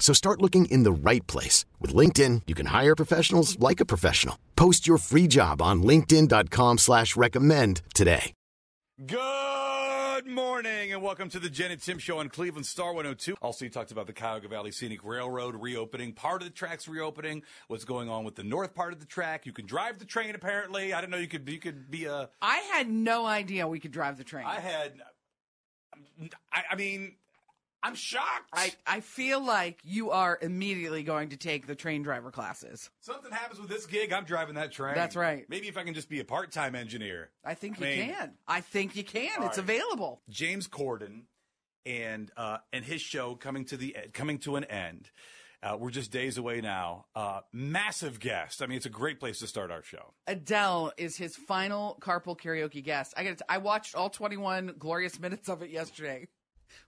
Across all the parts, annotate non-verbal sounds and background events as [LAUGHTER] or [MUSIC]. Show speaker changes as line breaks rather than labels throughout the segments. So start looking in the right place. With LinkedIn, you can hire professionals like a professional. Post your free job on linkedin.com slash recommend today.
Good morning and welcome to the Jen and Tim Show on Cleveland Star 102. Also, you talked about the Cuyahoga Valley Scenic Railroad reopening, part of the tracks reopening, what's going on with the north part of the track. You can drive the train apparently. I didn't know you could you could be a
I had no idea we could drive the train.
I had I, I mean I'm shocked.
I, I feel like you are immediately going to take the train driver classes.
Something happens with this gig, I'm driving that train.
That's right.
Maybe if I can just be a part-time engineer.
I think
I
you
mean-
can. I think you can.
All
it's
right.
available.
James Corden and uh, and his show coming to the coming to an end. Uh, we're just days away now. Uh, massive guest. I mean, it's a great place to start our show.
Adele is his final carpool karaoke guest. I got. I watched all 21 glorious minutes of it yesterday.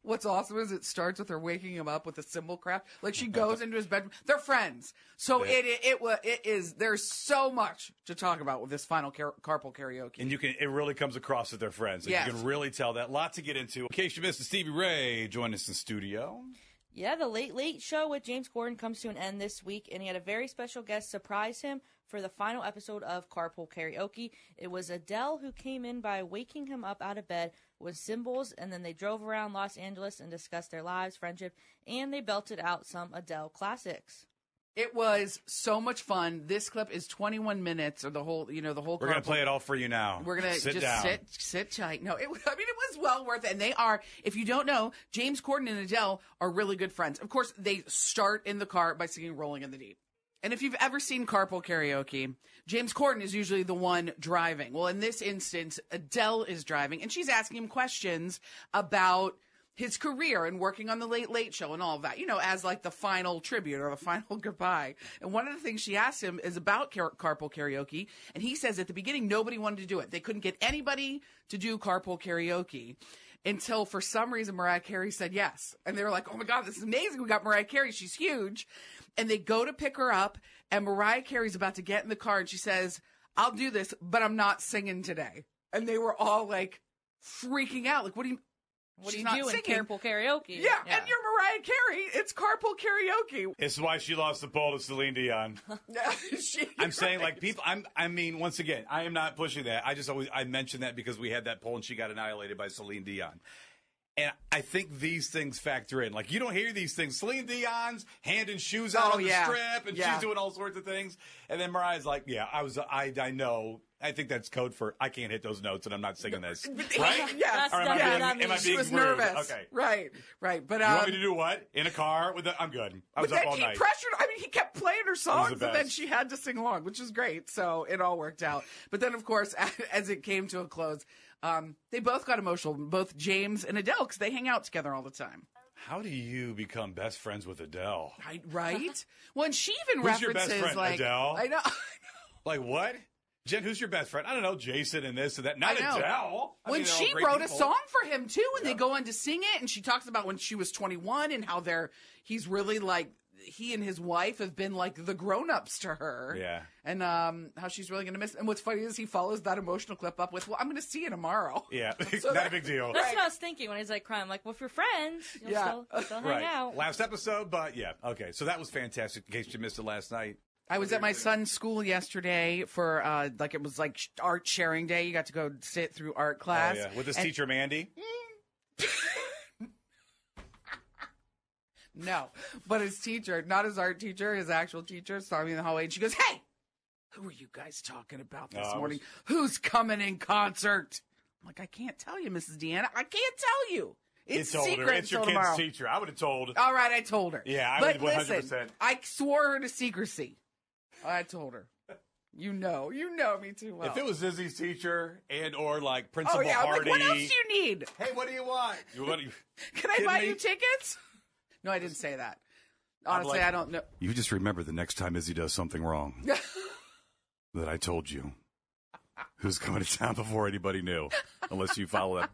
What's awesome is it starts with her waking him up with a cymbal craft. Like she goes into his bedroom. They're friends, so
Yeah.
it, it it wa- it is. There's so much to talk about with this final car- carpool karaoke.
And you can it really comes across that they're friends. And
Yes.
You can really tell that. Lot to get into. In case you missed it, Stevie Ray joined us in studio.
Yeah, the Late Late Show with James Corden comes to an end this week, and he had a very special guest surprise him for the final episode of Carpool Karaoke. It was Adele who came in by waking him up out of bed with cymbals, and then they drove around Los Angeles and discussed their lives, friendship, and they belted out some Adele classics.
It was so much fun. This clip is 21 minutes, or the whole, you know, the whole.
We're gonna
carpool-
play it all for you now.
We're gonna
sit
just
down.
sit sit tight. No, it, [LAUGHS] I mean it was well worth it. And they are, if you don't know, James Corden and Adele are really good friends. Of course, they start in the car by singing "Rolling in the Deep." And if you've ever seen carpool karaoke, James Corden is usually the one driving. Well, in this instance, Adele is driving, and she's asking him questions about his career and working on the Late Late Show and all that, you know, as like the final tribute or the [LAUGHS] final goodbye. And one of the things she asked him is about car- carpool karaoke. And he says at the beginning, nobody wanted to do it. They couldn't get anybody to do carpool karaoke until for some reason Mariah Carey said yes. And they were like, oh my God, this is amazing. We got Mariah Carey. She's huge. And they go to pick her up, and Mariah Carey's about to get in the car, and she says, I'll do this, but I'm not singing today. And they were all like freaking out. Like, what do you
What
She's
do
not
you do
singing.
in Carpool Karaoke?
yeah, and you're Mariah Carey. It's carpool karaoke. [LAUGHS]
It's why she lost the poll to Celine Dion.
She- [LAUGHS]
I'm saying like people. I'm. I mean, once again, I am not pushing that. I just always I mentioned that because we had that poll and she got annihilated by Celine Dion. And I think these things factor in. Like you don't hear these things. Celine Dion's handing shoes out
Oh,
on the
yeah.
strip, and
Yeah.
she's doing all sorts of things. And then Mariah's like, "Yeah, I was. I I know. I think that's code for I can't hit those notes, and I'm not singing
[LAUGHS]
this. Right?
Yes.
Or am
That's
I
not
being, am I
me.
being
she was
rude?
nervous.
Okay.
Right, right. But um,
You want me to do what in a car? With the, I'm good. I was
but
up
then
all
he
night.
pressured. I mean, he kept playing her songs,
the
and then
best.
she had to sing along, which is great. So it all worked out. But then, of course, [LAUGHS] as it came to a close, um, they both got emotional. Both James and Adele, because they hang out together all the time.
How do you become best friends with Adele?
Right, [LAUGHS] right. well, and she even
Who's your best
references
friend,
like
Adele?
I know. [LAUGHS]
Like what? Jen, who's your best friend? I don't know, Jason and this and that. Not
I know.
Adele. I
when
mean, they're all
she
great
wrote a
people.
song for him too, and they go on to sing it, and she talks about when she was 21 and how they're he's really like he and his wife have been like the grown ups to her.
Yeah.
and um, how she's really gonna miss. And what's funny is he follows that emotional clip up with, "Well, I'm gonna see you tomorrow."
Yeah, [LAUGHS]
So
not
that-
a big deal.
That's what I was thinking when he's like crying. Like, well, if you're friends, you'll
Yeah.
still, still hang out.
Last episode, but yeah. Okay, so that was fantastic. In case you missed it last night,
I was at my son's school yesterday for uh, like it was like sh- art sharing day. You got to go sit through art class
Oh, yeah. with his
And-
teacher Mandy.
No. But his teacher, not his art teacher, his actual teacher, saw me in the hallway and she goes, Hey, who were you guys talking about this
Oh, I was-
morning? Who's coming in concert? I'm like, I can't tell you, Mrs. Deanna. I can't tell you. It's,
older.
secret
It's your
until
kid's
tomorrow. Oh,
teacher. I would have told.
All right, I told her.
Yeah, I
but
would 100%.
listen, I swore her to secrecy. I told her. You know, you know me too well.
If it was Zizzy's teacher and or like
oh
Principal
yeah, I'm like,
Hardy.
what else do you need?
hey, what do you want? You want?
Can I
Kidding
buy
me?
you tickets? No, I didn't say that. Honestly,
like-
I don't know.
You just remember the next time Izzy does something
[LAUGHS]
wrong that I told you. Who's coming to town before anybody knew? Unless you follow that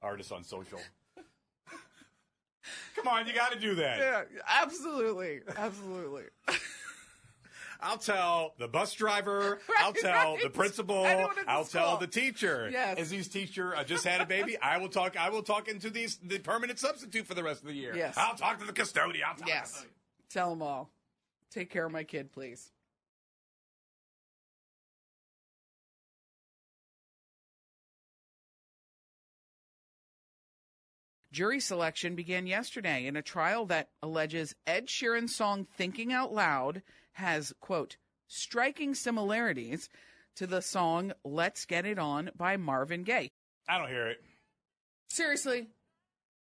artist on social. Come on, you got to do that.
Yeah, absolutely, absolutely.
I'll tell the bus driver. I'll
[LAUGHS] Right,
tell
right.
the principal.
Anyone at the
I'll tell
school.
the teacher.
Yes.
Izzy's teacher uh, just had a baby. I will talk. I will talk into these the permanent substitute for the rest of the year.
Yes.
I'll talk to the custodian. I'll talk
Yes.
To
Tell them all. Take care of my kid, please. Jury selection began yesterday in a trial that alleges Ed Sheeran's song Thinking Out Loud has, quote, striking similarities to the song Let's Get It On by Marvin Gaye.
I don't hear it.
Seriously,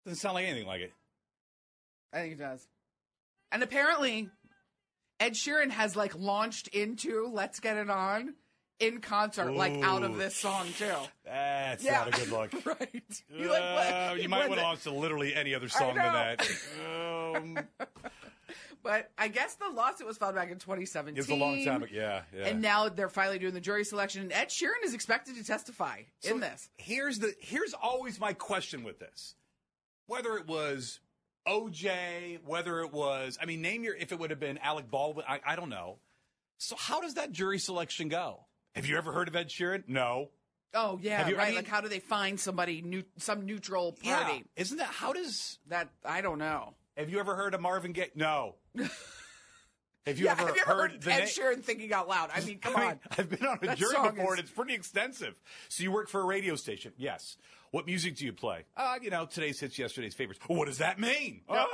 Doesn't sound like anything like it.
I think it does. And apparently, Ed Sheeran has like launched into "Let's Get It On" in concert, like out of
Ooh.
this song too.
That's not a good look.
[LAUGHS] right? He, like,
Uh,
[LAUGHS] went- he
you might want
went
to
the-
launch to literally any other song than
know.
that. Um,
[LAUGHS] But I guess the lawsuit was filed back in
it
2017.
was a long time ago. Yeah, yeah.
And now they're finally doing the jury selection. And Ed Sheeran is expected to testify in
So
this.
Here's the here's always my question with this. Whether it was OJ, whether it was I mean, name your if it would have been Alec Baldwin, I, I don't know. So how does that jury selection go? Have you ever heard of Ed Sheeran? No.
Oh yeah,
Have you- I
right.
mean-
like, how do they find somebody new, some neutral party?
Yeah. Isn't that how does
That I don't know.
have you ever heard of Marvin Gaye?
[LAUGHS]
No. Have you
yeah,
ever
have you ever
heard,
heard,
the
Ed
na-
Sheeran thinking out loud? I mean,
[LAUGHS]
come
I mean,
on.
I've been on a
That
jury
song
before, and
is-
it's pretty extensive. So you work for a radio station? Yes. What music do you play? Uh, you know, today's hits, yesterday's favorites. What does that mean? Uh,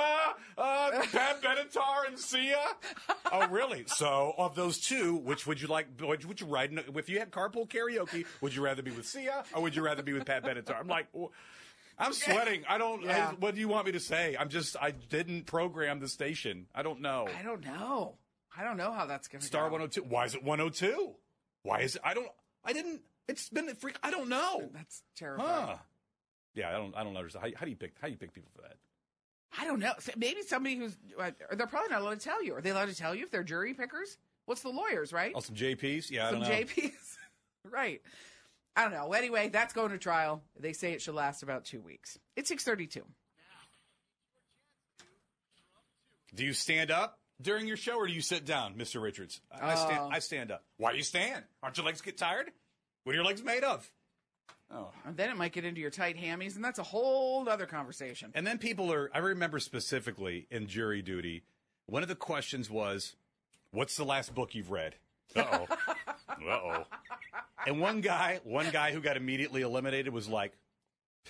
uh, Pat Benatar and Sia.
[LAUGHS]
oh, really? So, of those two, which would you like? Would, would you ride? in- If you had carpool karaoke, would you rather be with Sia or would you rather be with Pat Benatar? I'm like. wh- I'm sweating. I don't. I-
Yeah.
what do you want me to say? I'm just. I didn't program the station. I don't know.
I don't know. I don't know how that's going
Oh.
to
Star oh-
go.
102. Why is it 102? Why is it? I don't. I didn't. It's been a freak. I don't know.
That's terrifying.
Huh? Yeah, I don't. I don't understand. How, how do you pick? How do you pick people for that?
I don't know. So Maybe somebody who's uh, they're probably not allowed to tell you. Are they allowed to tell you if they're jury pickers? What's the lawyers, right?
Oh, some JPs. Yeah, I
Some
don't know.
JPs, [LAUGHS] right? I don't know. Anyway, that's going to trial. They say it should last about two weeks. It's six thirty-two.
Do you stand up during your show or do you sit down, Mr. Richards? I, I
Uh.
stand. I stand up. Why do you stand? Aren't your legs get tired? What are your legs made of? Oh.
And then it might get into your tight hammies, and that's a whole other conversation.
And then people are, I remember specifically in jury duty, one of the questions was, What's the last book you've read?
[LAUGHS]
Uh oh. uh oh. And one guy, one guy who got immediately eliminated was like,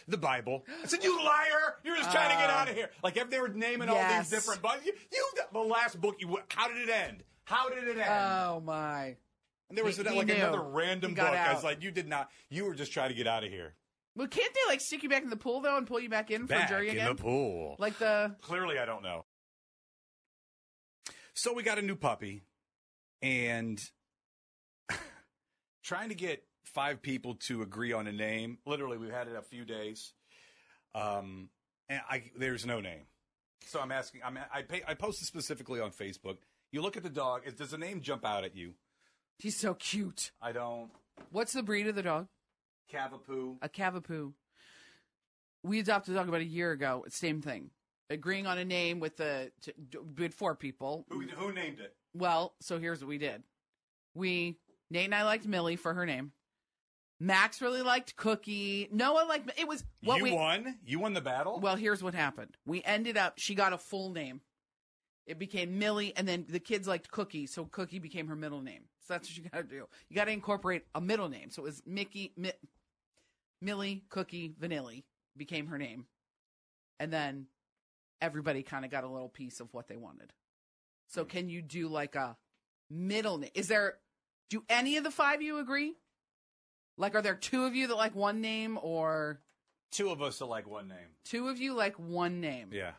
the Bible. I said, "You liar! You're just trying to get out of here." Like if they were naming all
Uh, Yes.
these different books, you, you the last book. You how did it end? How did it end?
Oh my!
and there was
he-
another-
he
like
knew.
another
He
random book.
got
I was
out.
like, "You did not. You were just trying to get out of here."
Well, can't they like stick you back in the pool though, and pull you back in
Back
for jury
in
again?
the pool.
Like the
Clearly, I don't know. So we got a new puppy, and [LAUGHS] trying to get five people to agree on a name. Literally, we've had it a few days, um, and I, there's no name. So I'm asking. I'm, I pay, I posted specifically on Facebook. You look at the dog. Is, does the name jump out at you?
he's so cute.
I don't.
What's the breed of the dog?
Cavapoo.
a Cavapoo. We adopted a dog about a year ago. Same thing. Agreeing on a name with the to, with four people.
Who, who named it?
Well, so here's what we did. We Nate and I liked Millie for her name. Max really liked Cookie. Noah liked it was what
you
we
won. You won the battle.
well, here's what happened. We ended up, she got a full name. It became Millie, and then the kids liked Cookie, so Cookie became her middle name. So that's what you gotta do. You gotta incorporate a middle name. So it was Mickey, Mi- Millie, Cookie, Vanilli became her name. And then everybody kind of got a little piece of what they wanted. So can you do like a middle name? Is there do any of the five you agree? Like are there two of you that like one name or
Two of us that like one name.
two of you like one name?
Yeah.